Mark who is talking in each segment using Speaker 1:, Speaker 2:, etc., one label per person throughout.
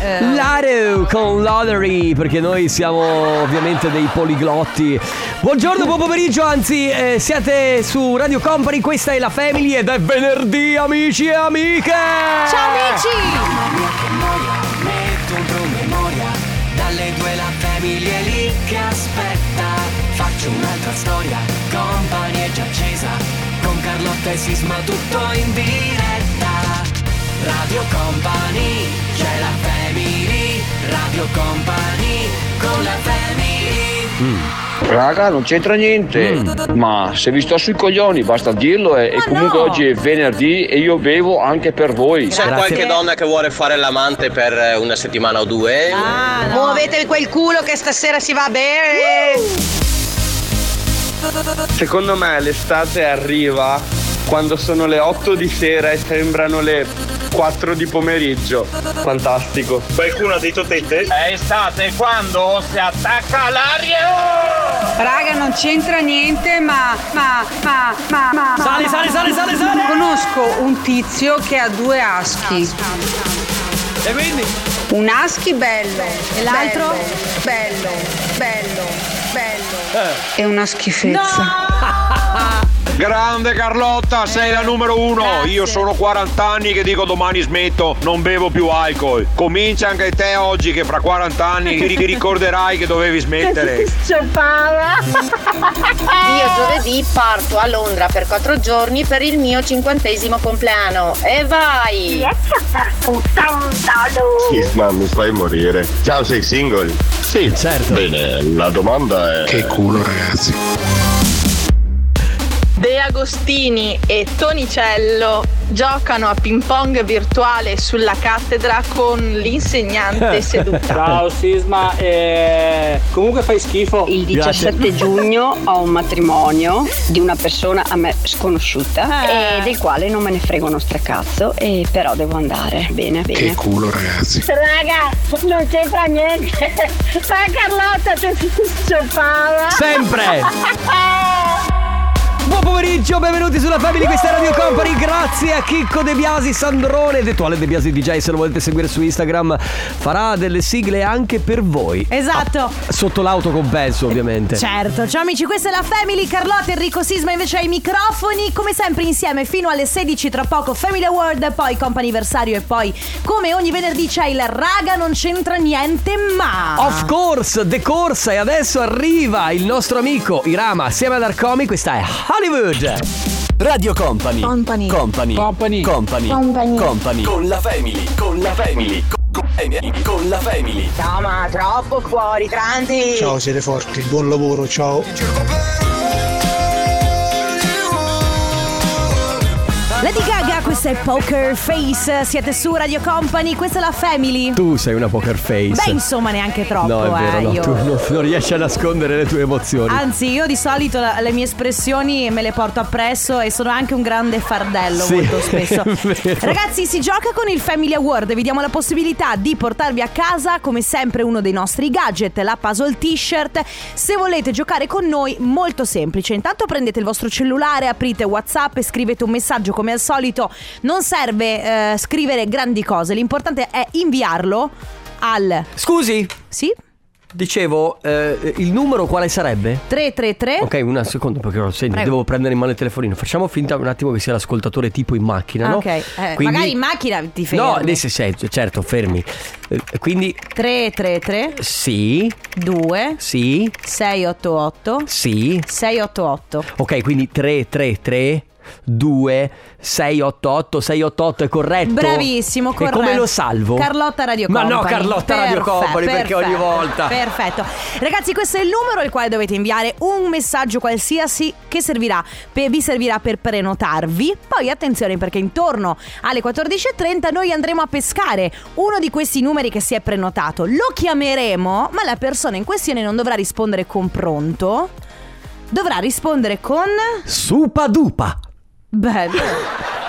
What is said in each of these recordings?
Speaker 1: Eh.
Speaker 2: Caro con Lottery perché noi siamo ovviamente dei poliglotti. Buongiorno, buon pomeriggio, anzi eh, siete su Radio Company, questa è la Family ed è venerdì amici e amiche!
Speaker 1: Ciao amici!
Speaker 3: Metto un promemoria, dalle due la famiglia è lì che aspetta. Faccio un'altra storia, compagnia è già accesa, con Carlotta e Sisma tutto in diretta. Radio Company, c'è la family, Radio Company, con la family.
Speaker 4: Raga, non c'entra niente. Ma se vi sto sui coglioni, basta dirlo. eh. E, e
Speaker 1: Ma
Speaker 4: comunque
Speaker 1: no!
Speaker 4: oggi è venerdì e io bevo anche per voi.
Speaker 5: C'è
Speaker 2: Grazie.
Speaker 5: qualche donna che vuole fare l'amante per eh, una settimana o due?
Speaker 1: Ah, no.
Speaker 6: Muovete quel culo che stasera si va a bere.
Speaker 7: Secondo me l'estate arriva quando sono le 8 di sera e sembrano le 4 di pomeriggio. Fantastico.
Speaker 8: Qualcuno ha detto tette? È estate quando si attacca l'aria!
Speaker 6: Raga, non c'entra niente, ma. ma. ma. ma. ma.
Speaker 2: Sali,
Speaker 6: ma-
Speaker 2: sali, sali, sali, sali!
Speaker 6: Conosco un tizio che ha due aschi.
Speaker 2: E quindi?
Speaker 6: Un aschi bello. E
Speaker 1: l'altro?
Speaker 6: Bello, bello, bello.
Speaker 2: Eh.
Speaker 6: È una schifezza.
Speaker 4: Grande Carlotta, sei la numero uno. Io sono 40 anni che dico domani smetto, non bevo più alcol. Comincia anche te oggi che fra 40 anni ti ti ricorderai che dovevi smettere.
Speaker 9: Io giovedì parto a Londra per quattro giorni per il mio cinquantesimo compleanno. E vai!
Speaker 10: Isma, mi fai morire. Ciao, sei single? Sì,
Speaker 2: certo.
Speaker 10: Bene, la domanda è. Che culo, ragazzi.
Speaker 9: De Agostini e Tonicello giocano a ping pong virtuale sulla cattedra con l'insegnante seduta.
Speaker 8: Ciao Sisma, eh, comunque fai schifo.
Speaker 6: Il
Speaker 2: Grazie.
Speaker 6: 17 giugno ho un matrimonio di una persona a me sconosciuta
Speaker 11: Ah.
Speaker 1: Eh.
Speaker 6: e del quale non me ne frego uno stracazzo e però devo andare. Bene, bene.
Speaker 10: culo, ragazzi.
Speaker 9: Raga, non c'entra niente. Ma Carlotta che si scioppava.
Speaker 2: Sempre!
Speaker 11: Eh.
Speaker 2: Buon pomeriggio, benvenuti sulla Family, questa è Radio Company, grazie a Chicco De Biasi, Sandrone, dettuale De Biasi DJ, se lo volete seguire su Instagram farà delle sigle anche per voi. Ah,
Speaker 1: Esatto.
Speaker 2: Sotto l'auto compenso ovviamente.
Speaker 1: Certo, ciao amici, questa è la Family, Carlotta, Enrico Sisma invece ai microfoni, come sempre insieme fino alle 16 tra poco Family Award, poi comp'anniversario e poi come ogni venerdì c'è il raga non c'entra niente ma...
Speaker 2: Of course, The Corsa e adesso arriva il nostro amico Irama assieme ad Arcomi, questa è Hollywood. Radio Company. Company. Company. Company. Company. Company.
Speaker 3: Con la family, con la family, con la family.
Speaker 6: No, ma troppo fuori, grandi.
Speaker 7: siete forti, buon lavoro, ciao.
Speaker 1: Lady Gaga, questa è Poker Face, siete su Radio Company, questa è la Family.
Speaker 2: Tu sei una poker face.
Speaker 1: Beh, insomma, neanche troppo,
Speaker 2: No, è vero,
Speaker 1: eh,
Speaker 2: no,
Speaker 1: io.
Speaker 2: tu non, non riesci a nascondere le tue emozioni.
Speaker 1: Anzi, io di solito la- le mie espressioni me le porto appresso e sono anche un grande fardello
Speaker 2: Sì,
Speaker 1: molto spesso.
Speaker 2: è vero.
Speaker 1: Ragazzi, si gioca con il Family Award. Vi diamo la possibilità di portarvi a casa, come sempre, uno dei nostri gadget, la puzzle t-shirt. Se volete giocare con noi, molto semplice. Intanto prendete il vostro cellulare, aprite WhatsApp e scrivete un messaggio come al solito. Non serve eh, scrivere grandi cose, l'importante è inviarlo al.
Speaker 2: Scusi,
Speaker 1: Sì?
Speaker 2: dicevo, eh, il numero quale sarebbe?
Speaker 1: 333.
Speaker 2: Ok, un secondo perché lo senti,
Speaker 1: Eh? Prego.
Speaker 2: devo prendere in mano il telefonino. Facciamo finta un attimo che sia l'ascoltatore tipo in macchina, no?
Speaker 1: Ok, eh,
Speaker 2: Quindi-
Speaker 1: magari in macchina ti fermi.
Speaker 2: No, nel senso, certo, fermi. Eh, Quindi
Speaker 1: 333
Speaker 2: sì,
Speaker 1: 2
Speaker 2: sì,
Speaker 1: 688
Speaker 2: sì.
Speaker 1: 688
Speaker 2: Ok, quindi 3 3 3 2 6 8 8 6 8 8 è corretto?
Speaker 1: Bravissimo, corretto.
Speaker 2: E Certo. come lo salvo?
Speaker 1: Carlotta Radio
Speaker 2: Ma
Speaker 1: Company.
Speaker 2: no, Carlotta Radio
Speaker 1: Perfe-
Speaker 2: Company perché ogni
Speaker 1: perfetto,
Speaker 2: volta.
Speaker 1: Perfetto. Ragazzi, questo è il numero al quale dovete inviare un messaggio qualsiasi che servirà per- vi servirà per prenotarvi. Poi attenzione perché intorno alle 14:30 noi andremo a pescare uno di questi numeri che si è prenotato. Lo chiameremo, ma la persona in questione non dovrà rispondere con pronto. Dovrà rispondere con
Speaker 2: Supa dupa.
Speaker 1: Beh,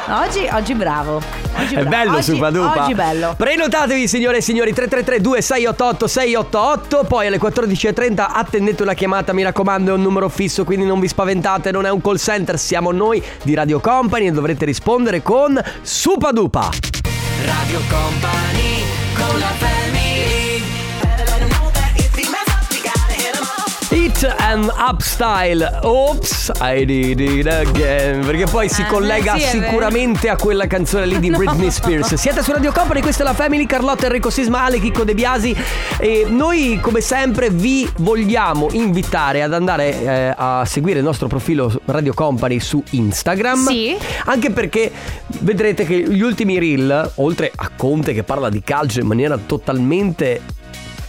Speaker 1: oggi, oggi bravo. Oggi
Speaker 2: È
Speaker 1: bra-
Speaker 2: bello
Speaker 1: oggi-
Speaker 2: Supa Dupa.
Speaker 1: Oggi bello.
Speaker 2: Prenotatevi signore e signori 333 2688 688 Poi alle 14.30 attendete una chiamata Mi raccomando è un numero fisso Quindi non vi spaventate Non è un call center Siamo noi di Radio Company E dovrete rispondere con Supa Dupa
Speaker 3: Radio Company, con la family.
Speaker 2: Beat and Upstyle. Oops, I did it again. Perché poi si
Speaker 1: Ah,
Speaker 2: collega
Speaker 1: sì, è vero.
Speaker 2: sicuramente a quella canzone lì di
Speaker 1: No.
Speaker 2: Britney Spears. Siete su Radio Company, questa è la Family, Carlotta Enrico Sismale, Chicco De Biasi. E noi, come sempre, vi vogliamo invitare ad andare eh, a seguire il nostro profilo Radio Company su Instagram.
Speaker 1: Sì.
Speaker 2: Anche perché vedrete che gli ultimi reel, oltre a Conte che parla di calcio in maniera totalmente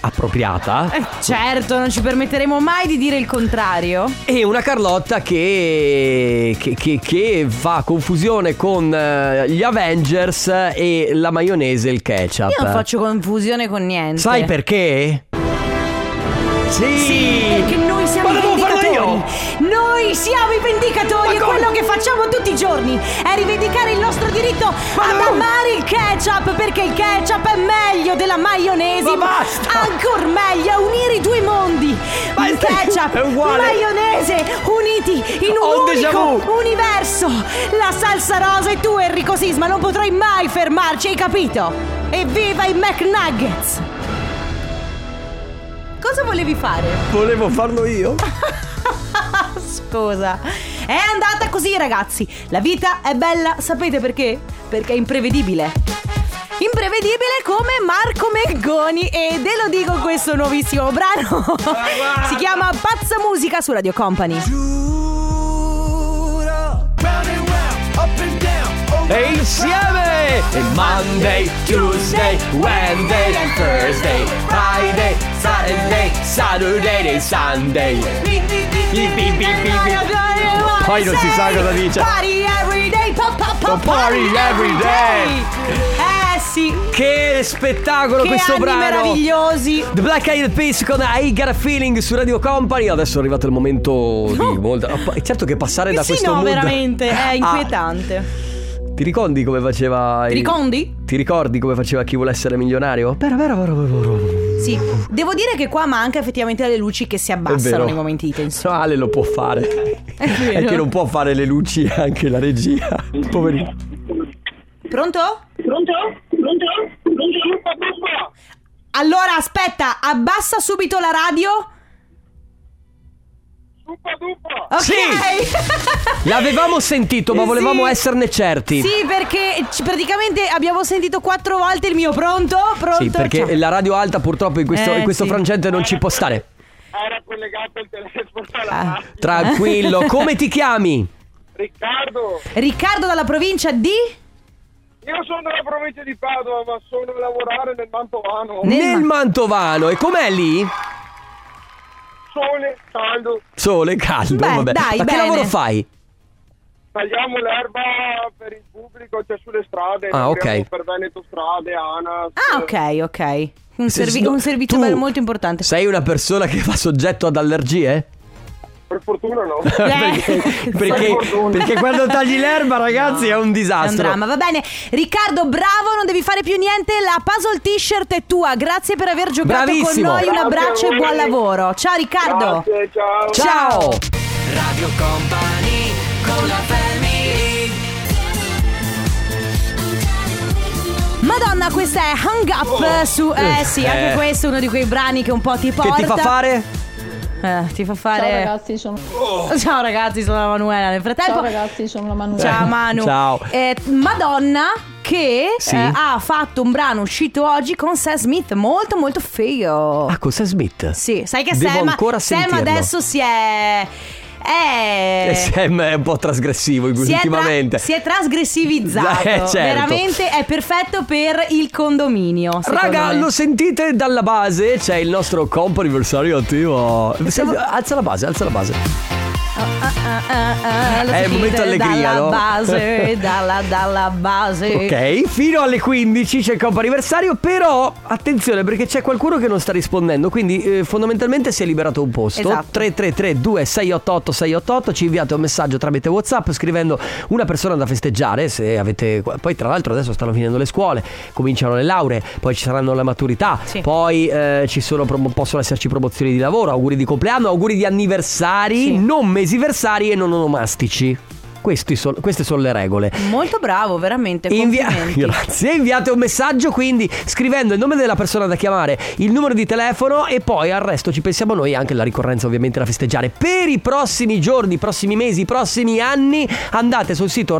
Speaker 2: appropriata.
Speaker 1: Eh, Certo, non ci permetteremo mai di dire il contrario.
Speaker 2: E una Carlotta che, che, che- che fa confusione con eh, gli Avengers e la maionese e il ketchup.
Speaker 1: Io non faccio confusione con niente.
Speaker 2: Sai perché? Sì!
Speaker 1: Sì, perché noi siamo
Speaker 2: Ma
Speaker 1: i
Speaker 2: devo farlo
Speaker 1: vendicatori.
Speaker 2: io!
Speaker 1: Noi siamo i vendicatori e quello che facciamo tutti i giorni è rivendicare il nostro diritto ad amare il ketchup perché il ketchup è meglio della maionese.
Speaker 2: Ma basta!
Speaker 1: Ancor meglio, a unire i due mondi.
Speaker 2: Ma
Speaker 1: il
Speaker 2: è-
Speaker 1: ketchup,
Speaker 2: è uguale.
Speaker 1: maionese, uniti in
Speaker 2: Ho
Speaker 1: un
Speaker 2: un déjà
Speaker 1: unico universo. La salsa rosa e tu Enrico Sisma non potrai mai fermarci, hai capito? Evviva i McNuggets! Cosa volevi fare?
Speaker 2: Volevo farlo io.
Speaker 1: Scusa. È andata così, ragazzi. La vita è bella, sapete perché? Perché è imprevedibile. Imprevedibile come Marco Meggoni e ve lo dico questo nuovissimo brano.
Speaker 2: Ah,
Speaker 1: si chiama Pazza Musica su Radio Company.
Speaker 2: E insieme! E Monday, Tuesday, Wednesday, Thursday, Friday, Saturday, Saturday e Sunday. Poi non si sa cosa dice.
Speaker 1: Party every day, pa, pa, pa,
Speaker 2: Party every day.
Speaker 1: Eh sì.
Speaker 2: Che spettacolo
Speaker 1: Che
Speaker 2: questo
Speaker 1: anni
Speaker 2: brano!
Speaker 1: meravigliosi.
Speaker 2: The Black Eyed Peas con I Got a Feeling su Radio Company. Adesso è arrivato il momento di molta. Ah, poi- Certo che passare da
Speaker 1: Eh sì,
Speaker 2: questo
Speaker 1: no,
Speaker 2: mood.
Speaker 1: veramente, è
Speaker 2: Ah,
Speaker 1: inquietante.
Speaker 2: ti ricordi come faceva.
Speaker 1: Ti
Speaker 2: il-
Speaker 1: ricondi?
Speaker 2: Ti ricordi come faceva chi vuole essere milionario? Però, però, però, però.
Speaker 1: Sì. Devo dire che qua manca effettivamente le luci che si
Speaker 2: È vero.
Speaker 1: abbassano nei momenti di tensione.
Speaker 2: No, Ale lo può fare. È,
Speaker 1: vero.
Speaker 2: che non può fare le luci e anche la regia. Poverino.
Speaker 1: Pronto?
Speaker 7: Pronto? Pronto?
Speaker 1: Allora, aspetta, abbassa subito la radio. Ok. Eh
Speaker 2: L'avevamo sentito, ma
Speaker 1: Sì.
Speaker 2: volevamo esserne certi.
Speaker 1: Sì, perché ci- praticamente abbiamo sentito quattro volte il mio pronto, pronto.
Speaker 2: Sì, perché
Speaker 1: ciao.
Speaker 2: la radio alta purtroppo in questo,
Speaker 1: certo. Eh,
Speaker 2: in questo
Speaker 1: sì.
Speaker 2: frangente non ci può stare.
Speaker 7: Era collegato il telefono
Speaker 1: Ah.
Speaker 2: Tranquillo, come ti chiami?
Speaker 7: Riccardo,
Speaker 1: Riccardo dalla provincia di
Speaker 7: io sono della provincia di Padova, ma sono a lavorare nel Mantovano.
Speaker 1: Nel
Speaker 2: Nel Mantovano. E com'è lì?
Speaker 7: Sole, caldo,
Speaker 2: Sole, caldo,
Speaker 1: Beh,
Speaker 2: vabbè.
Speaker 1: dai,
Speaker 2: Ma che
Speaker 1: bene.
Speaker 2: lavoro fai?
Speaker 7: tagliamo l'erba per il pubblico, cioè sulle strade.
Speaker 2: Ah, ok.
Speaker 7: lavoriamo Per Veneto Strade, ANAS.
Speaker 1: Ah, ok, ok. Un, servi- un servizio
Speaker 2: Tu
Speaker 1: bello molto importante.
Speaker 2: Sei una persona che fa soggetto ad allergie?
Speaker 7: Per fortuna no.
Speaker 1: Eh.
Speaker 2: perché, perché,
Speaker 7: fortuna.
Speaker 2: perché quando tagli l'erba, ragazzi, è un
Speaker 1: È un
Speaker 2: disastro.
Speaker 1: dramma, va bene. Riccardo, bravo, non devi fare più niente. La puzzle t-shirt è tua. Grazie per aver giocato
Speaker 2: Bravissimo.
Speaker 1: con noi. Un
Speaker 7: Grazie a
Speaker 1: abbraccio
Speaker 7: voi.
Speaker 1: e buon lavoro. Ciao Riccardo.
Speaker 7: Grazie, ciao.
Speaker 2: Ciao!
Speaker 3: Radio Company con la family
Speaker 1: Madonna, questa è Hang Up eh, su Eh sì, anche
Speaker 2: Eh.
Speaker 1: questo è uno di quei brani che un po' ti
Speaker 2: Che
Speaker 1: porta.
Speaker 2: ti fa fare?
Speaker 1: Eh, ti fa fare Ciao ragazzi, sono Ciao ragazzi, sono la Manuela. Nel frattempo Ciao ragazzi, sono la Manuela. Ciao Manu.
Speaker 2: Ciao.
Speaker 1: Eh, Madonna che
Speaker 2: Sì.
Speaker 1: eh, ha fatto un brano uscito oggi con Sam Smith, molto molto figo.
Speaker 2: Ah, cos'è Smith?
Speaker 1: Sì, sai che
Speaker 2: Devo
Speaker 1: Sam,
Speaker 2: ancora
Speaker 1: Sam
Speaker 2: sentirlo.
Speaker 1: adesso si è. È.
Speaker 2: Eh, Sam è un po' trasgressivo in-
Speaker 1: si, è tra-
Speaker 2: ultimamente.
Speaker 1: si è trasgressivizzato.
Speaker 2: Eh, certo.
Speaker 1: Veramente è perfetto per il condominio. secondo
Speaker 2: Raga,
Speaker 1: me.
Speaker 2: lo sentite dalla base? C'è il nostro compo anniversario attivo. Senti, Alza la base, alza la base.
Speaker 1: Ah, ah, ah, ah, lo
Speaker 2: È il
Speaker 1: sentite
Speaker 2: Eh, momento allegria,
Speaker 1: dalla
Speaker 2: no?
Speaker 1: base, dalla, dalla base.
Speaker 2: Ok, fino alle 15 c'è il compo anniversario, però attenzione perché c'è qualcuno che non sta rispondendo, quindi eh, fondamentalmente si è liberato un posto.
Speaker 1: Esatto.
Speaker 2: 333 2688 688 ci inviate un messaggio tramite WhatsApp scrivendo una persona da festeggiare, se avete poi tra l'altro adesso stanno finendo le scuole, cominciano le lauree, poi ci saranno la maturità,
Speaker 1: Sì.
Speaker 2: poi eh, ci sono promo- possono esserci promozioni di lavoro, auguri di compleanno, auguri di anniversari,
Speaker 1: Sì.
Speaker 2: non mesiversari e non onomastici. Questi son- queste sono le regole.
Speaker 1: Molto bravo, veramente.
Speaker 2: Invia-
Speaker 1: complimenti.
Speaker 2: Grazie, inviate un messaggio quindi scrivendo il nome della persona da chiamare, il numero di telefono e poi al resto ci pensiamo noi anche la ricorrenza ovviamente da festeggiare. Per i prossimi giorni, i prossimi mesi, i prossimi anni andate sul sito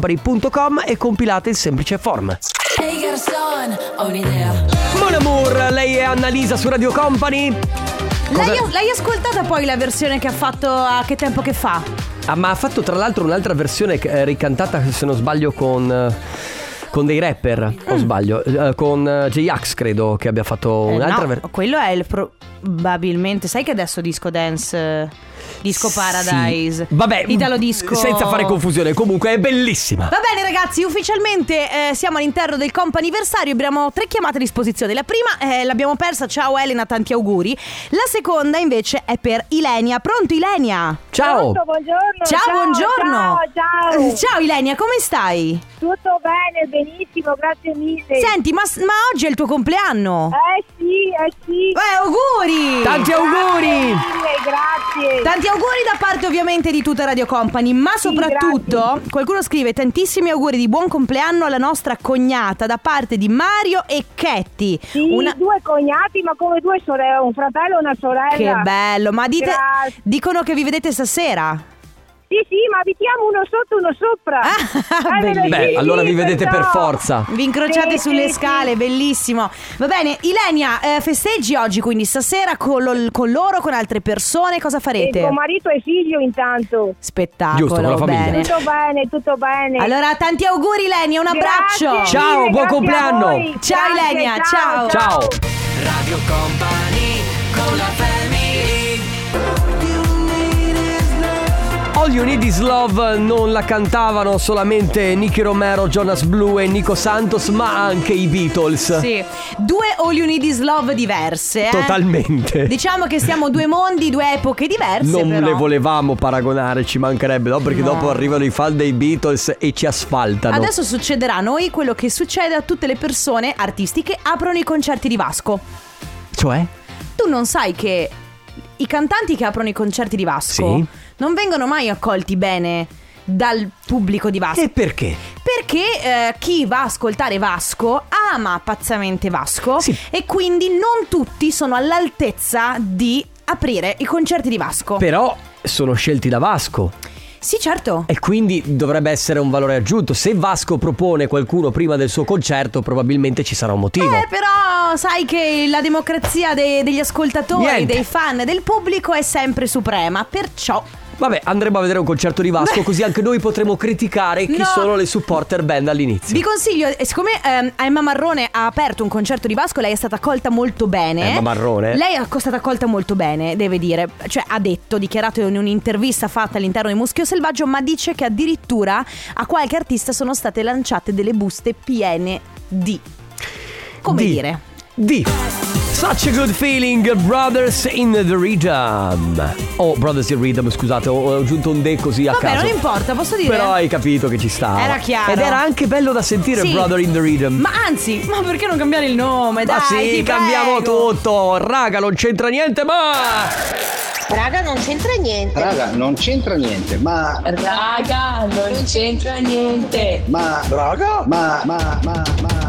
Speaker 2: radiocompany.com e compilate il semplice form.
Speaker 12: Ehi garçon, ho un'idea.
Speaker 2: Mon amour, lei è Annalisa su Radio Company. Cosa-
Speaker 1: L'hai, l'hai ascoltata poi la versione che ha fatto a che tempo che fa?
Speaker 2: Ah, ma ha fatto tra l'altro un'altra versione eh, ricantata, se non sbaglio, con. eh, Con dei rapper, o sbaglio, Eh, con eh, J-Ax credo che abbia fatto
Speaker 1: Mm. Eh,
Speaker 2: Oh, un'altra
Speaker 1: no,
Speaker 2: versione.
Speaker 1: quello è il pro- probabilmente. Sai che adesso disco dance, eh, disco paradise,
Speaker 2: Sì. Vabbè, mm,
Speaker 1: italo disco.
Speaker 2: Senza fare confusione, comunque è bellissima.
Speaker 1: Va bene ragazzi, ufficialmente eh, siamo all'interno del comp'anniversario, abbiamo tre chiamate a disposizione. La prima eh, l'abbiamo persa, ciao Elena, tanti auguri. La seconda invece è per Ilenia. Pronto Ilenia?
Speaker 2: Ciao.
Speaker 11: Pronto, buongiorno.
Speaker 1: Ciao, buongiorno.
Speaker 11: Ciao, ciao.
Speaker 1: Eh, Ciao Ilenia, come stai?
Speaker 11: Tutto bene, benissimo, grazie mille.
Speaker 1: Senti, ma, ma oggi è il tuo compleanno?
Speaker 11: Eh sì, eh sì.
Speaker 1: Eh, auguri!
Speaker 2: Tanti
Speaker 11: Grazie
Speaker 2: auguri!
Speaker 11: mille, grazie.
Speaker 1: Tanti auguri da parte ovviamente di tutta Radio Company, ma soprattutto qualcuno scrive tantissimi auguri di buon compleanno alla nostra cognata da parte di Mario e Ketty.
Speaker 11: Sì, due cognati, ma come due sorelle, un fratello e una sorella.
Speaker 1: Che bello, ma dite,
Speaker 11: Grazie.
Speaker 1: dicono che vi vedete stasera.
Speaker 11: Sì, sì, ma abitiamo uno sotto, uno sopra. Eh,
Speaker 1: Ah, bellissimo.
Speaker 11: sì,
Speaker 2: Beh,
Speaker 11: sì,
Speaker 2: allora vi vedete per
Speaker 11: perciò.
Speaker 2: forza.
Speaker 1: Vi
Speaker 11: Sì,
Speaker 1: incrociate sulle
Speaker 11: sì,
Speaker 1: scale, bellissimo. Va bene, Ilenia, eh, festeggi oggi quindi stasera con, lo- con loro, con altre persone, cosa
Speaker 11: E
Speaker 1: farete?
Speaker 11: Con marito e figlio intanto.
Speaker 1: Spettacolo,
Speaker 2: Giusto, con la famiglia.
Speaker 1: bene.
Speaker 11: Tutto bene, tutto bene.
Speaker 1: Allora, tanti auguri Ilenia, un
Speaker 11: Grazie
Speaker 1: abbraccio.
Speaker 11: mille,
Speaker 2: Ciao, buon
Speaker 11: grazie a
Speaker 2: compleanno.
Speaker 11: voi.
Speaker 1: Ciao,
Speaker 11: Grazie,
Speaker 1: Ilenia, ciao.
Speaker 2: Ciao.
Speaker 3: Radio Company con la family
Speaker 2: All You Need Is Love non la cantavano solamente Nicky Romero, Jonas Blue e Nico Santos, ma anche i Beatles.
Speaker 1: Sì, due All You Need Is Love diverse. eh.
Speaker 2: Totalmente.
Speaker 1: Diciamo che siamo due mondi, due epoche diverse.
Speaker 2: non
Speaker 1: Eh però.
Speaker 2: le volevamo paragonare, ci mancherebbe, no? Perché
Speaker 1: No.
Speaker 2: dopo arrivano i fan dei Beatles e ci asfaltano.
Speaker 1: Adesso succederà a noi quello che succede a tutte le persone artisti che aprono i concerti di Vasco.
Speaker 2: Cioè?
Speaker 1: Tu non sai che i cantanti che aprono i concerti di Vasco
Speaker 2: Sì.
Speaker 1: non vengono mai accolti bene dal pubblico di Vasco.
Speaker 2: E perché?
Speaker 1: Perché eh, chi va a ascoltare Vasco ama pazzamente Vasco e quindi non tutti sono all'altezza di aprire i concerti di Vasco.
Speaker 2: Però sono scelti da Vasco.
Speaker 1: Sì, certo.
Speaker 2: E quindi dovrebbe essere un valore aggiunto. Se Vasco propone qualcuno prima del suo concerto, probabilmente ci sarà un motivo.
Speaker 1: Eh, però sai che la democrazia de- degli ascoltatori,
Speaker 2: Niente.
Speaker 1: dei fan, del pubblico è sempre suprema, perciò...
Speaker 2: Vabbè, andremo a vedere un concerto di Vasco, così anche noi potremo criticare chi
Speaker 1: No.
Speaker 2: sono le supporter band all'inizio.
Speaker 1: Vi consiglio, eh, siccome ehm, Emma Marrone ha aperto un concerto di Vasco, lei è stata accolta molto bene.
Speaker 2: Emma Eh, Marrone?
Speaker 1: eh? Lei è stata accolta molto bene, deve dire. Cioè, ha detto, dichiarato in un'intervista fatta all'interno di Muschio Selvaggio, ma dice che addirittura a qualche artista sono state lanciate delle buste piene di. Come
Speaker 2: Di.
Speaker 1: dire?
Speaker 2: Di Such a good feeling, Brothers in the Rhythm. Oh, Brothers in Rhythm, scusate, ho, ho aggiunto un D così a
Speaker 1: Vabbè,
Speaker 2: caso.
Speaker 1: non importa, posso dire.
Speaker 2: Però hai capito che ci stava.
Speaker 1: Era chiaro.
Speaker 2: Ed era anche bello da sentire,
Speaker 1: Sì.
Speaker 2: Brother in the Rhythm.
Speaker 1: Ma anzi, ma perché non cambiare il nome?
Speaker 2: Ma
Speaker 1: Dai,
Speaker 2: sì,
Speaker 1: ti
Speaker 2: cambiamo
Speaker 1: prego.
Speaker 2: tutto. Raga, non c'entra niente, ma.
Speaker 13: Raga, non c'entra niente.
Speaker 14: Raga, non c'entra niente, ma.
Speaker 13: Raga, non c'entra niente.
Speaker 14: Ma. Raga? Ma, ma, ma, ma.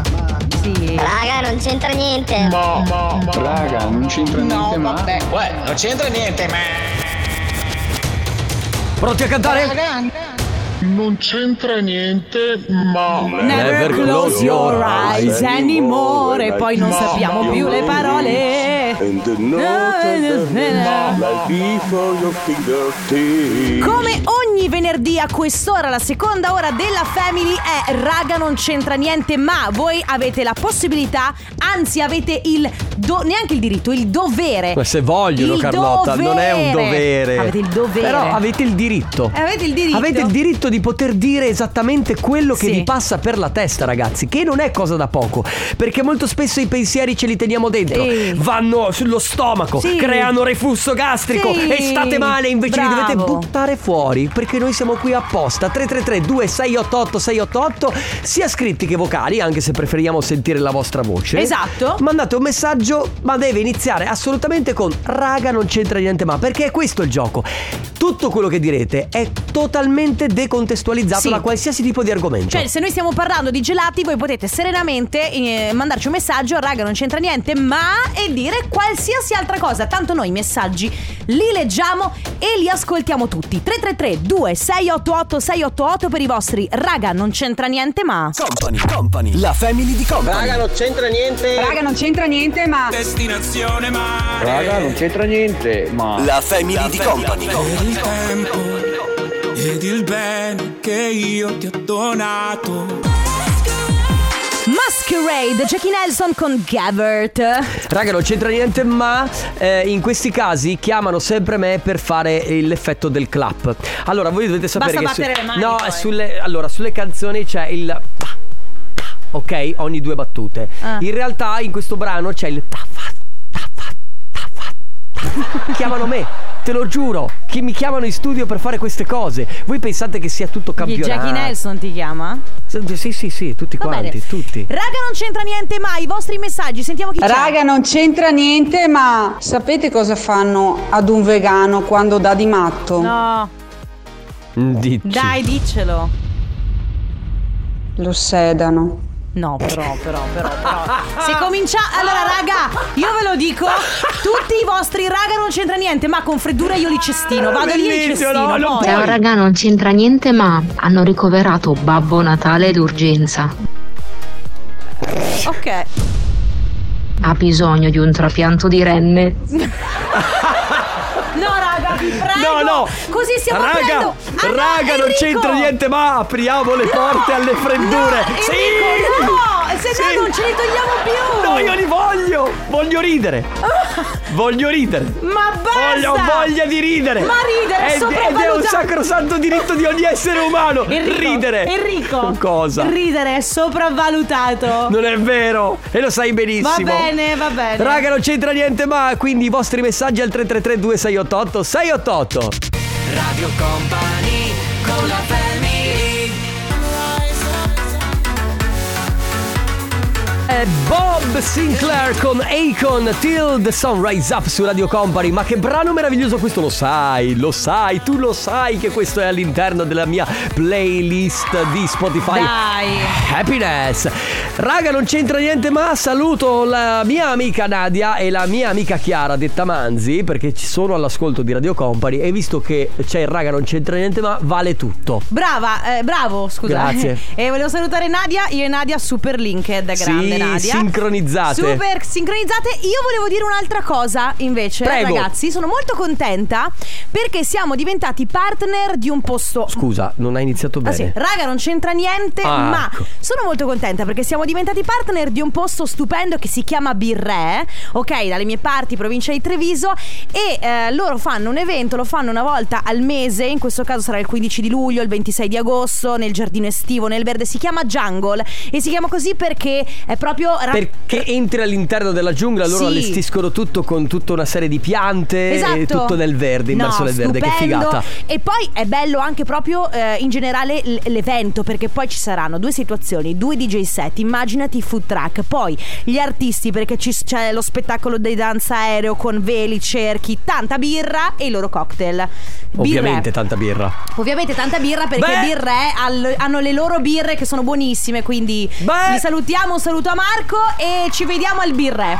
Speaker 1: Sì.
Speaker 15: Raga, non c'entra niente. Ma, ma, ma.
Speaker 14: Raga, non c'entra niente, ma.
Speaker 8: Uè, non c'entra niente, ma.
Speaker 2: Pronti a cantare?
Speaker 16: Non c'entra niente, ma.
Speaker 1: Never close your eyes anymore. E poi non sappiamo più le parole. Come ogni venerdì a quest'ora, la seconda ora della Family è Raga non c'entra niente, ma voi avete la possibilità, anzi avete il do- neanche il diritto, il dovere.
Speaker 2: Ma se vogliono,
Speaker 1: Il
Speaker 2: Carlotta, non è un
Speaker 1: dovere.
Speaker 2: dovere.
Speaker 1: Avete il dovere. Eh,
Speaker 2: Però avete il diritto.
Speaker 1: Avete il diritto.
Speaker 2: Avete il diritto di poter dire esattamente quello che vi passa per la testa, ragazzi, che non è cosa da poco, perché molto spesso i pensieri ce li teniamo dentro,
Speaker 3: Sì.
Speaker 2: vanno sullo stomaco,
Speaker 3: Sì.
Speaker 2: creano reflusso gastrico
Speaker 3: Sì.
Speaker 2: e state male, invece li dovete
Speaker 3: Bravo.
Speaker 2: buttare fuori, perché noi siamo qui apposta. 333 2688 688, sia scritti che vocali, anche se preferiamo sentire la vostra voce.
Speaker 1: Esatto.
Speaker 2: Mandate un messaggio, ma deve iniziare assolutamente con raga non c'entra niente ma, perché è questo il gioco. Tutto quello che direte è totalmente decontestualizzato
Speaker 1: Sì.
Speaker 2: da qualsiasi tipo di argomento.
Speaker 1: Cioè, se noi stiamo parlando di gelati, voi potete serenamente eh, mandarci un messaggio, raga, non c'entra niente, ma e dire qualsiasi altra cosa. Tanto noi i messaggi li leggiamo e li ascoltiamo tutti. 333 2688 688 per i vostri raga, non c'entra niente, ma
Speaker 2: Company, company, la family di company.
Speaker 5: Raga, non c'entra niente.
Speaker 17: Raga, non c'entra niente, ma.
Speaker 3: Destinazione mare.
Speaker 18: Raga, non c'entra niente, ma.
Speaker 3: La family di company. Il tempo ed il bene che io ti ho donato.
Speaker 1: Masquerade, Jackie Nelson con Gavert.
Speaker 2: Raga, non c'entra niente, ma eh, in questi casi chiamano sempre me per fare l'effetto del clap. Allora, voi dovete sapere
Speaker 1: Basta
Speaker 2: che
Speaker 1: battere le mani,
Speaker 2: No,
Speaker 1: poi.
Speaker 2: sulle allora, sulle canzoni c'è il pa, pa, Ok, ogni due battute.
Speaker 1: Ah.
Speaker 2: In realtà in questo brano c'è il ta fa, ta fa, ta fa, ta fa. Chiamano me. Te lo giuro, che mi chiamano in studio per fare queste cose. Voi pensate che sia tutto campionato?
Speaker 1: Jackie Nelson ti chiama?
Speaker 2: Sì, sì, sì, tutti
Speaker 1: Va
Speaker 2: quanti,
Speaker 1: bene.
Speaker 2: tutti.
Speaker 1: Raga, non c'entra niente, ma i vostri messaggi, sentiamo chi c'è.
Speaker 17: Raga, non c'entra niente, ma sapete cosa fanno ad un vegano quando dà di matto?
Speaker 1: No,
Speaker 2: Dici.
Speaker 1: dai, diccelo.
Speaker 17: Lo sedano.
Speaker 1: No, però, però, però, però. Se comincia. Allora, raga, io ve lo dico. Tutti i vostri raga non c'entra niente, ma con freddura io li cestino. Vado lì e li
Speaker 2: Bellissimo,
Speaker 1: cestino.
Speaker 2: no, non
Speaker 1: poi.
Speaker 2: puoi.
Speaker 19: Ciao raga, non c'entra niente, ma hanno ricoverato Babbo Natale d'urgenza.
Speaker 1: Ok.
Speaker 19: Ha bisogno di un trapianto di renne.
Speaker 1: No, raga, vi prego.
Speaker 2: No, no.
Speaker 1: Così stiamo
Speaker 2: raga,
Speaker 1: aprendo. Ah, no,
Speaker 2: raga, non
Speaker 1: Enrico.
Speaker 2: c'entra niente, ma apriamo le porte alle freddure.
Speaker 1: No,
Speaker 2: sì!
Speaker 1: Enrico, no, se no
Speaker 2: Sì.
Speaker 1: non ce li togliamo più.
Speaker 2: No, io li voglio! Voglio ridere! Voglio ridere!
Speaker 1: Ma basta.
Speaker 2: Voglio, ho voglia di ridere!
Speaker 1: Ma ridere è
Speaker 2: Ed- Ed è un
Speaker 1: sopravvalutato.
Speaker 2: sacrosanto diritto di ogni essere umano!
Speaker 1: Enrico,
Speaker 2: ridere!
Speaker 1: Enrico.
Speaker 2: Cosa?
Speaker 1: Ridere è sopravvalutato.
Speaker 2: Non è vero! E lo sai
Speaker 1: Va
Speaker 2: benissimo!
Speaker 1: bene, va bene.
Speaker 2: Raga, non c'entra niente, ma quindi i vostri messaggi al 333 2688 688
Speaker 3: Radio Company con la family.
Speaker 2: È Bob Sinclair con Akon Till the Sun Rise Up su Radio Company. Ma che brano meraviglioso questo, lo sai, lo sai, tu lo sai che questo è all'interno della mia playlist di Spotify.
Speaker 1: Dai.
Speaker 2: Happiness. Raga, non c'entra niente, ma saluto la mia amica Nadia e la mia amica Chiara, detta Manzi, perché ci sono all'ascolto di Radio Company e visto che c'è il raga, non c'entra niente, ma vale tutto.
Speaker 1: Brava, eh, bravo, scusa.
Speaker 2: Grazie.
Speaker 1: E volevo salutare Nadia, io e Nadia super linked, grande
Speaker 2: sì,
Speaker 1: Nadia.
Speaker 2: sincronizzate.
Speaker 1: Super sincronizzate. Io volevo dire un'altra cosa invece,
Speaker 2: Prego.
Speaker 1: ragazzi. Sono molto contenta perché siamo diventati partner di un posto.
Speaker 2: Scusa, non hai iniziato
Speaker 1: Ah,
Speaker 2: bene.
Speaker 1: sì. Raga, non c'entra niente,
Speaker 2: Ah,
Speaker 1: ma
Speaker 2: ecco.
Speaker 1: sono molto contenta perché siamo diventati partner di un posto stupendo che si chiama Birre, ok, dalle mie parti, provincia di Treviso. E eh, loro fanno un evento, lo fanno una volta al mese, in questo caso sarà il 15 di luglio, il 26 di agosto, nel giardino estivo, nel verde. Si chiama Jungle e si chiama così perché è proprio. ra-
Speaker 2: Perché entri all'interno della giungla, loro
Speaker 1: Sì.
Speaker 2: allestiscono tutto con tutta una serie di piante e
Speaker 1: Esatto.
Speaker 2: tutto nel verde, immerso
Speaker 1: No,
Speaker 2: nel verde, che
Speaker 1: stupendo.
Speaker 2: figata.
Speaker 1: E poi è bello anche proprio eh, in generale l- l'evento, perché poi ci saranno due situazioni, due DJ set, immaginati i food track, poi gli artisti, perché ci s- c'è lo spettacolo dei danza aereo con veli, cerchi, tanta birra e i loro cocktail. Birre.
Speaker 2: Ovviamente tanta birra.
Speaker 1: Ovviamente tanta birra perché
Speaker 2: Beh.
Speaker 1: birre al- hanno le loro birre che sono buonissime, quindi
Speaker 2: Beh.
Speaker 1: vi salutiamo, un saluto a Marco e ci vediamo al birre.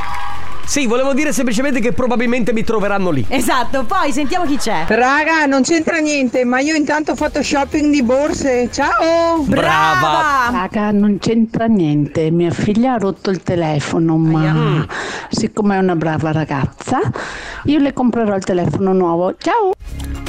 Speaker 2: Sì, volevo dire semplicemente che probabilmente mi troveranno lì.
Speaker 1: Esatto, poi sentiamo chi c'è.
Speaker 20: Raga, non c'entra niente, ma io intanto ho fatto shopping di borse.
Speaker 1: Oh,
Speaker 20: Ciao!
Speaker 2: Brava!
Speaker 21: Raga, non c'entra niente. Mia figlia ha rotto il telefono, ma siccome è una brava ragazza, io le comprerò il telefono nuovo. Ciao!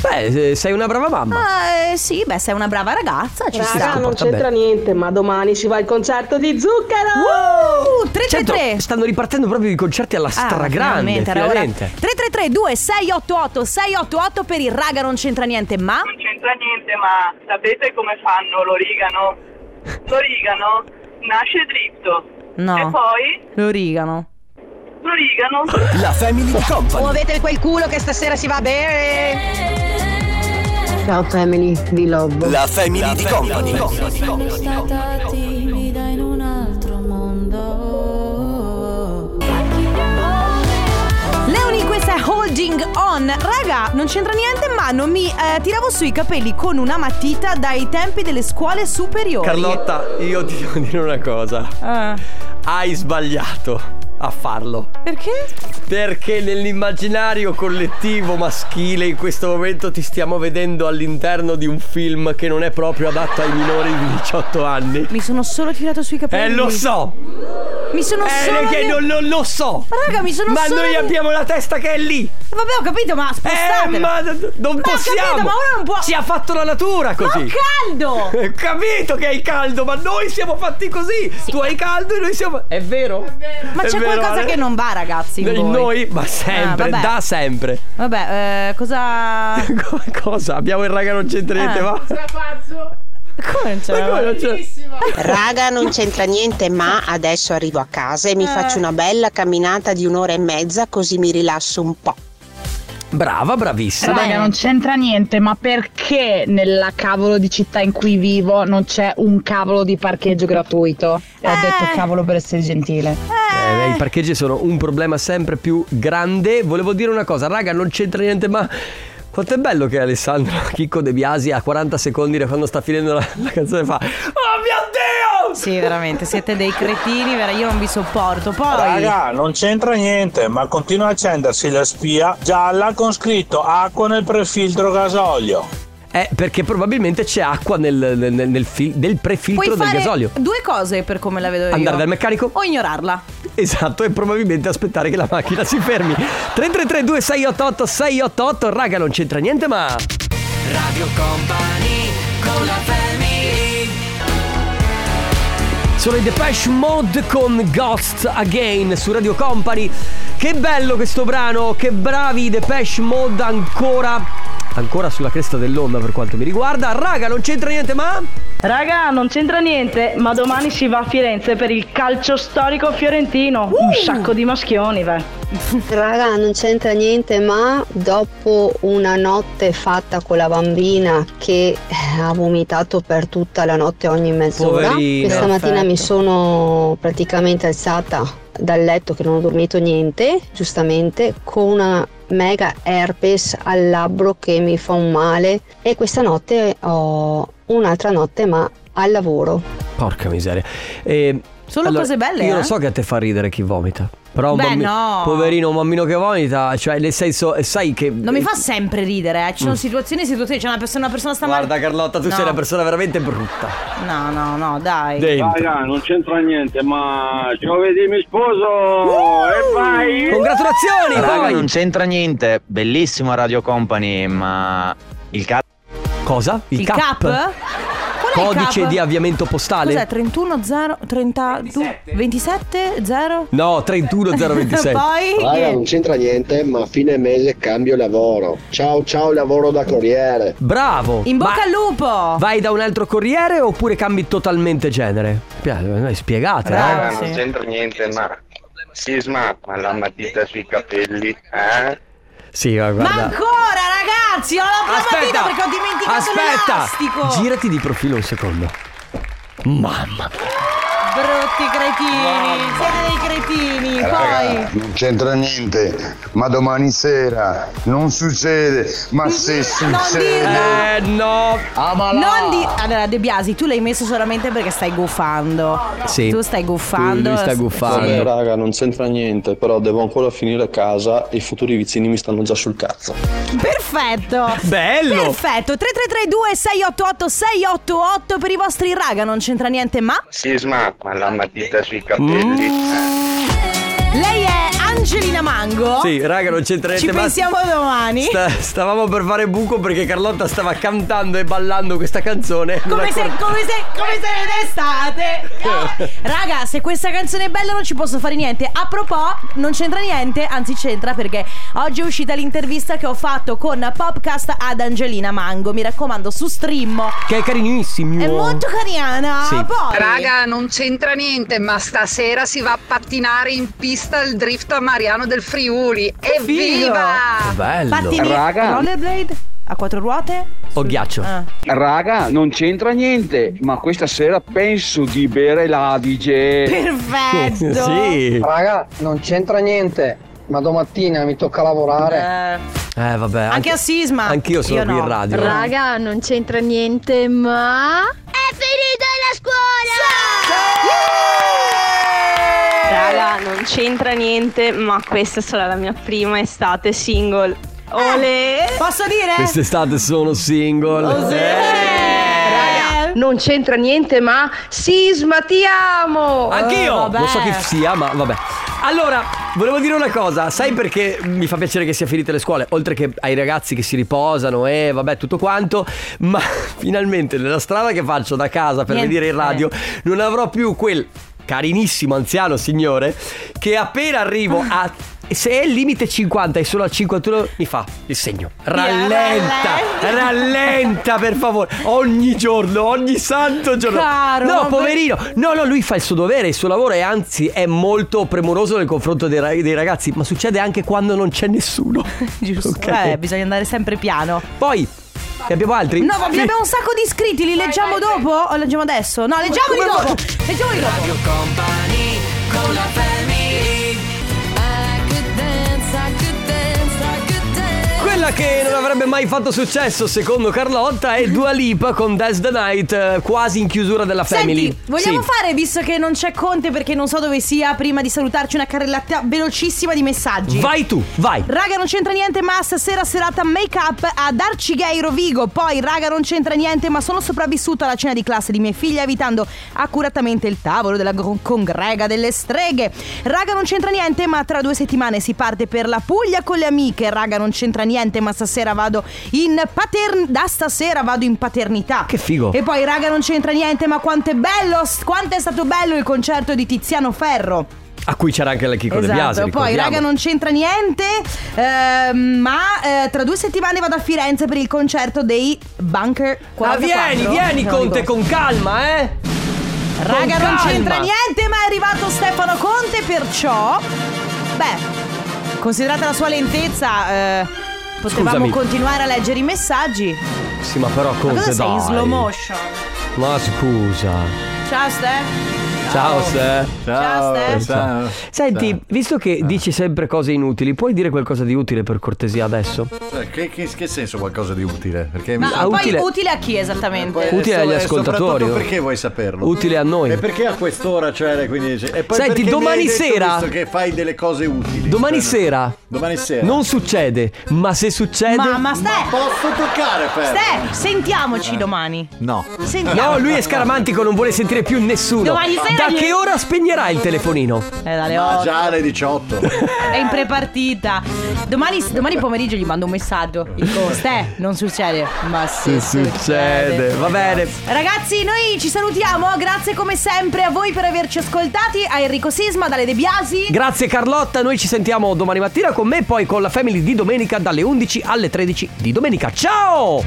Speaker 2: Beh, eh, sei una brava mamma.
Speaker 1: Ah, eh, sì, beh, sei una brava ragazza, cioè, ci sta.
Speaker 2: Raga, non c'entra
Speaker 20: niente, ma domani si va al concerto di Zucchero!
Speaker 1: Uh,
Speaker 2: Certo,
Speaker 1: 333
Speaker 2: stanno ripartendo proprio i concerti alla stragrande,
Speaker 1: Ah, finalmente, era ora.
Speaker 2: finalmente.
Speaker 1: 333 2688 688 per il raga non c'entra niente ma
Speaker 20: Non c'entra niente, ma sapete come fanno l'origano? L'origano nasce dritto.
Speaker 1: No.
Speaker 20: E poi
Speaker 1: Lo rigano
Speaker 20: l'origano.
Speaker 2: La Family Company.
Speaker 20: Muovete quel culo che stasera si va a bere!
Speaker 19: Ciao family, vi love.
Speaker 2: La Family di
Speaker 12: Sono stata timida in un altro mondo.
Speaker 1: Leoni questa è Hold Going on, raga, non c'entra niente, ma non mi eh, tiravo sui capelli con una matita dai tempi delle scuole superiori.
Speaker 2: Carlotta, io ti devo dire una cosa.
Speaker 1: Ah,
Speaker 2: Hai sbagliato a farlo.
Speaker 1: perché?
Speaker 2: Perché nell'immaginario collettivo maschile in questo momento ti stiamo vedendo all'interno di un film che non è proprio adatto ai minori di 18 anni.
Speaker 1: Mi sono solo tirato sui capelli.
Speaker 2: Eh lo so!
Speaker 1: Mi sono
Speaker 2: Eh,
Speaker 1: solo.
Speaker 2: perché
Speaker 1: li-
Speaker 2: non, non lo so!
Speaker 1: Raga, mi sono
Speaker 2: Ma
Speaker 1: solo.
Speaker 2: noi
Speaker 1: li-
Speaker 2: abbiamo la testa che è lì!
Speaker 1: Vabbè, ho capito, ma spostatelo.
Speaker 2: Eh, ma d- non
Speaker 1: ho
Speaker 2: possiamo!
Speaker 1: capito, ma uno non può-
Speaker 2: Ci ha fatto la natura
Speaker 1: Ma
Speaker 2: così!
Speaker 1: ho caldo!
Speaker 2: Capito che hai caldo, ma noi siamo fatti così! Tu hai caldo e noi siamo. È vero?
Speaker 1: Ma
Speaker 2: È
Speaker 1: c'è
Speaker 2: vero,
Speaker 1: qualcosa
Speaker 2: Ale?
Speaker 1: che non va, ragazzi. in
Speaker 2: Noi-
Speaker 1: voi.
Speaker 2: Noi, ma sempre,
Speaker 1: Ah, vabbè.
Speaker 2: da sempre.
Speaker 1: Vabbè, eh, cosa. Eh.
Speaker 2: Cosa? Abbiamo il raga non c'entra niente,
Speaker 1: Ah.
Speaker 2: va?
Speaker 1: Come non c'è?
Speaker 2: Ma come non c'è?
Speaker 22: Raga, non c'entra niente, ma adesso arrivo a casa e mi
Speaker 1: Eh.
Speaker 22: faccio una bella camminata di un'ora e mezza così mi rilasso un po'.
Speaker 2: Brava, bravissima.
Speaker 23: Raga, non c'entra niente, ma perché nella cavolo di città in cui vivo non c'è un cavolo di parcheggio gratuito? E Ho detto
Speaker 9: Eh.
Speaker 23: cavolo per essere gentile.
Speaker 2: Eh, I parcheggi sono un problema sempre più grande. Volevo dire una cosa, raga, non c'entra niente, ma. Quanto è bello che Alessandro Chicco De Biasi a 40 secondi da quando sta finendo la, la canzone fa. Oh mio Dio!
Speaker 1: Sì, veramente, siete dei cretini, vera, io non vi sopporto. Poi.
Speaker 10: Raga, non c'entra niente, ma continua a accendersi la spia gialla con scritto acqua nel prefiltro gasolio.
Speaker 2: Eh, perché probabilmente c'è acqua nel, nel- nel- nel fil- del
Speaker 1: Puoi
Speaker 2: prefiltro del
Speaker 1: fare
Speaker 2: gasolio.
Speaker 1: due cose per come la vedo io.
Speaker 2: Andare dal meccanico?
Speaker 1: O ignorarla.
Speaker 2: Esatto, e probabilmente aspettare che la macchina si fermi. 3332 688 688, raga, non c'entra niente, ma.
Speaker 3: Radio Company con la family
Speaker 2: Sono i Depeche Mode con Ghost Again su Radio Company. Che bello questo brano, che bravi i Depeche Mode ancora. Ancora sulla cresta dell'onda per quanto mi riguarda. Raga, non c'entra niente, ma.
Speaker 24: Raga, non c'entra niente, ma domani si va a Firenze per il calcio storico fiorentino. Un sacco di maschioni, beh.
Speaker 6: Raga, non c'entra niente, ma dopo una notte fatta con la bambina che eh, ha vomitato per tutta la notte ogni mezz'ora,
Speaker 25: Poverina.
Speaker 6: questa mattina
Speaker 25: Perfetto.
Speaker 6: mi sono praticamente alzata dal letto che non ho dormito niente, giustamente, con una mega herpes al labbro che mi fa un male e questa notte ho un'altra notte ma al lavoro.
Speaker 2: Porca miseria. Eh,
Speaker 6: Solo cose belle,
Speaker 2: Io
Speaker 6: eh?
Speaker 2: lo so che a te fa ridere chi vomita. Però un
Speaker 1: Beh,
Speaker 2: bambino,
Speaker 1: no.
Speaker 2: poverino, un bambino che vomita, cioè nel senso, eh, sai che.
Speaker 1: Non mi fa sempre ridere, eh. Ci sono
Speaker 2: Mm.
Speaker 1: situazioni e situazioni. C'è una persona, una persona sta male.
Speaker 2: Guarda Carlotta, tu
Speaker 1: No.
Speaker 2: sei una persona veramente brutta.
Speaker 1: No, no, no, dai.
Speaker 2: Dentro.
Speaker 7: Raga, non c'entra niente, ma giovedì mi sposo e vai!
Speaker 2: Congratulazioni!
Speaker 26: Raga,
Speaker 2: vai.
Speaker 26: non c'entra niente. Bellissimo Radio Company, ma il cap.
Speaker 2: Cosa? Il,
Speaker 1: Il cap? Qual è il
Speaker 2: Codice
Speaker 1: cap?
Speaker 2: di avviamento postale?
Speaker 1: Cos'è? 31 0 32 27 0
Speaker 2: No, 31027.
Speaker 1: Poi?
Speaker 25: Raga, non c'entra niente, ma a fine mese cambio lavoro. Ciao ciao lavoro da corriere.
Speaker 2: Bravo!
Speaker 1: In bocca al lupo!
Speaker 2: Vai da un altro corriere oppure cambi totalmente genere? Spiegate, spiegate.
Speaker 27: Raga,
Speaker 2: eh.
Speaker 27: non c'entra niente, ma sisma, ma la matita sui capelli, eh?
Speaker 2: Sì, ma guarda.
Speaker 1: Ma ancora, ragazzi! Ho la
Speaker 2: Aspetta!
Speaker 1: matita perché ho dimenticato l'elastico!
Speaker 2: Aspetta! Girati di profilo un secondo. Mamma
Speaker 1: Brutti cretini! Siete dei cretini! Poi.
Speaker 25: non c'entra niente, ma domani sera non succede, ma se succede...
Speaker 2: Eh no!
Speaker 1: Non di... Allora, De Biasi, tu l'hai messo solamente perché stai guffando.
Speaker 25: Sì.
Speaker 1: Tu stai guffando.
Speaker 28: Vabbè, raga, non c'entra niente, però devo ancora finire a casa e i futuri vicini mi stanno già sul cazzo.
Speaker 1: Perfetto.
Speaker 28: Bello.
Speaker 1: Perfetto. 3332 688 688 per i vostri raga, non c'entra niente, ma
Speaker 27: Sisma, ma la matita sui capelli.
Speaker 1: Mm. lei è Angelina Mango.
Speaker 2: Sì, raga, non c'entra niente.
Speaker 1: Ci
Speaker 2: ma-
Speaker 1: pensiamo domani.
Speaker 2: Sta- stavamo per fare buco perché Carlotta stava cantando e ballando questa canzone. Non
Speaker 1: Come se,
Speaker 2: ancora-
Speaker 1: come se, come se ne d'estate No. Raga, se questa canzone è bella non ci posso fare niente A proposito, non c'entra niente Anzi c'entra perché oggi è uscita l'intervista che ho fatto con Popcast ad Angelina Mango Mi raccomando, su stream
Speaker 2: Che è carinissimo.
Speaker 1: È molto cariana
Speaker 2: Sì.
Speaker 1: Poi
Speaker 29: Raga, non c'entra niente, ma stasera si va a pattinare in pista il drift a Mariano del Friuli. Evviva!
Speaker 2: Bello.
Speaker 1: Pattini
Speaker 29: Raga.
Speaker 1: rollerblade a quattro ruote Ah.
Speaker 2: O ghiaccio.
Speaker 22: Raga, non c'entra niente, ma questa sera penso di bere l'Adige.
Speaker 1: Perfetto.
Speaker 22: Sì.
Speaker 25: Raga, non c'entra niente,
Speaker 4: ma domattina mi tocca lavorare.
Speaker 2: Eh, vabbè. Anche,
Speaker 1: a Sisma.
Speaker 2: Anch'io sono qui in radio.
Speaker 5: Raga, non c'entra niente, ma. È finita la scuola!
Speaker 8: Raga, non c'entra niente, ma questa sarà la mia prima estate single. Ole!
Speaker 1: Posso dire? Eh.
Speaker 2: Quest'estate sono single.
Speaker 1: Oh,
Speaker 2: Eh.
Speaker 5: Non c'entra niente, ma sisma ti
Speaker 1: Oh,
Speaker 5: amo!
Speaker 2: Anch'io! non so chi sia, ma vabbè. Allora, volevo dire una cosa, sai perché mi fa piacere che sia finite le scuole, oltre che ai ragazzi che si riposano e vabbè tutto quanto, ma finalmente nella strada che faccio da casa per
Speaker 1: Niente.
Speaker 2: venire in radio non avrò più quel carinissimo anziano signore che appena arrivo a... Se è il limite 50 e solo a 51 mi fa il segno. Rallenta, rallenta per favore. Ogni giorno, ogni santo giorno.
Speaker 1: Caro,
Speaker 2: no,
Speaker 1: ma-
Speaker 2: poverino. No, no, lui fa il suo dovere, il suo lavoro e anzi è molto premuroso nel confronto dei, ra- dei ragazzi, ma succede anche quando non c'è nessuno.
Speaker 1: Giusto.
Speaker 2: Ok.
Speaker 1: Eh, bisogna andare sempre piano.
Speaker 2: Poi, ne abbiamo altri?
Speaker 1: No, ma abbiamo un sacco di iscritti, li leggiamo dopo? O leggiamo adesso? No, leggiamoli
Speaker 3: come
Speaker 1: dopo!
Speaker 3: fa-
Speaker 1: Leggiamoli dopo!
Speaker 3: Radio Company con la family. Eh,
Speaker 2: Quella che non avrebbe mai fatto successo secondo Carlotta è Dua Lipa con That's the Night, eh, quasi in chiusura della family.
Speaker 1: Senti, vogliamo
Speaker 2: Sì.
Speaker 1: fare, visto che non c'è Conte perché non so dove sia, prima di salutarci una carrellata velocissima di messaggi.
Speaker 2: Vai tu, vai.
Speaker 1: Raga non c'entra niente ma stasera serata make up ad Arcigay Rovigo Poi raga non c'entra niente ma sono sopravvissuta alla cena di classe di mia figlia Evitando accuratamente il tavolo della gro- congrega delle streghe Raga non c'entra niente ma tra due settimane si parte per la Puglia con le amiche Raga non c'entra niente ma stasera vado in paternità Da stasera vado in paternità
Speaker 2: Che figo.
Speaker 1: E poi raga non c'entra niente ma quanto è bello Quanto è stato bello il concerto di Tiziano Ferro
Speaker 2: A cui c'era anche la Chico De Biase.
Speaker 1: Esatto, poi
Speaker 2: ricordiamo.
Speaker 1: raga non c'entra niente, ehm, ma eh, tra due settimane vado a Firenze per il concerto dei Bunker 44.
Speaker 2: Ah, vieni, vieni
Speaker 1: No,
Speaker 2: Conte
Speaker 1: dico-
Speaker 2: con calma, eh.
Speaker 1: Raga
Speaker 2: con
Speaker 1: non
Speaker 2: calma.
Speaker 1: c'entra niente, ma è arrivato Stefano Conte, perciò... Beh, considerata la sua lentezza, eh, potevamo
Speaker 2: Scusami.
Speaker 1: continuare a leggere i messaggi.
Speaker 2: Sì, ma però Conte
Speaker 1: ma cosa sei
Speaker 2: dai.
Speaker 1: in slow motion?
Speaker 2: Ma scusa.
Speaker 1: Ciao Stef.
Speaker 2: Ciao, Ste.
Speaker 1: Ciao, Ste. Ciao.
Speaker 2: Senti, visto che
Speaker 9: Eh.
Speaker 2: dici sempre cose inutili, puoi dire qualcosa di utile per cortesia adesso?
Speaker 9: Cioè, Che, che- che senso qualcosa di utile? Perché
Speaker 1: Ma
Speaker 9: mi-
Speaker 1: poi
Speaker 2: utile-
Speaker 1: utile. a chi esattamente?
Speaker 9: Eh,
Speaker 2: Utile agli
Speaker 9: so- eh, soprattutto
Speaker 2: ascoltatori, oh.
Speaker 9: Perché vuoi saperlo?
Speaker 2: Utile a noi.
Speaker 9: E perché a quest'ora, cioè, quindi, cioè, e poi
Speaker 2: Senti,
Speaker 9: perché mi
Speaker 2: domani
Speaker 9: hai detto
Speaker 2: sera-
Speaker 9: Visto che fai delle cose utili.
Speaker 2: Domani
Speaker 9: Cioè,
Speaker 2: sera.
Speaker 9: Domani sera.
Speaker 2: Non succede, ma se succede.
Speaker 1: Mamma Ste.
Speaker 9: Posso toccare, Fer?
Speaker 1: Ste, sentiamoci
Speaker 9: Eh.
Speaker 1: domani.
Speaker 9: No.
Speaker 1: Sentiamo.
Speaker 2: No, lui è scaramantico, non vuole sentire più nessuno.
Speaker 1: Domani sera
Speaker 2: da
Speaker 1: gli-
Speaker 2: che ora spegnerà il telefonino?
Speaker 1: Eh, dalle
Speaker 9: Ma
Speaker 1: 8.
Speaker 9: già alle 18.
Speaker 1: È in prepartita. Domani, domani pomeriggio gli mando un messaggio. Dico, Ste, non succede. Ma sì.
Speaker 2: succede, va bene.
Speaker 1: Ragazzi, noi ci salutiamo. Grazie come sempre a voi per averci ascoltati. A Enrico Sisma, dalle De Biasi.
Speaker 2: Grazie Carlotta, noi ci sentiamo domani mattina con me, poi con la family di domenica dalle 11 alle 13 di domenica. Ciao!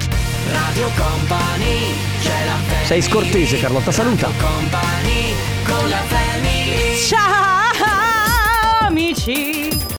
Speaker 3: Radio Company, c'è la family.
Speaker 2: Sei scortese Carlotta, saluta.
Speaker 3: Company con la family.
Speaker 1: Ciao!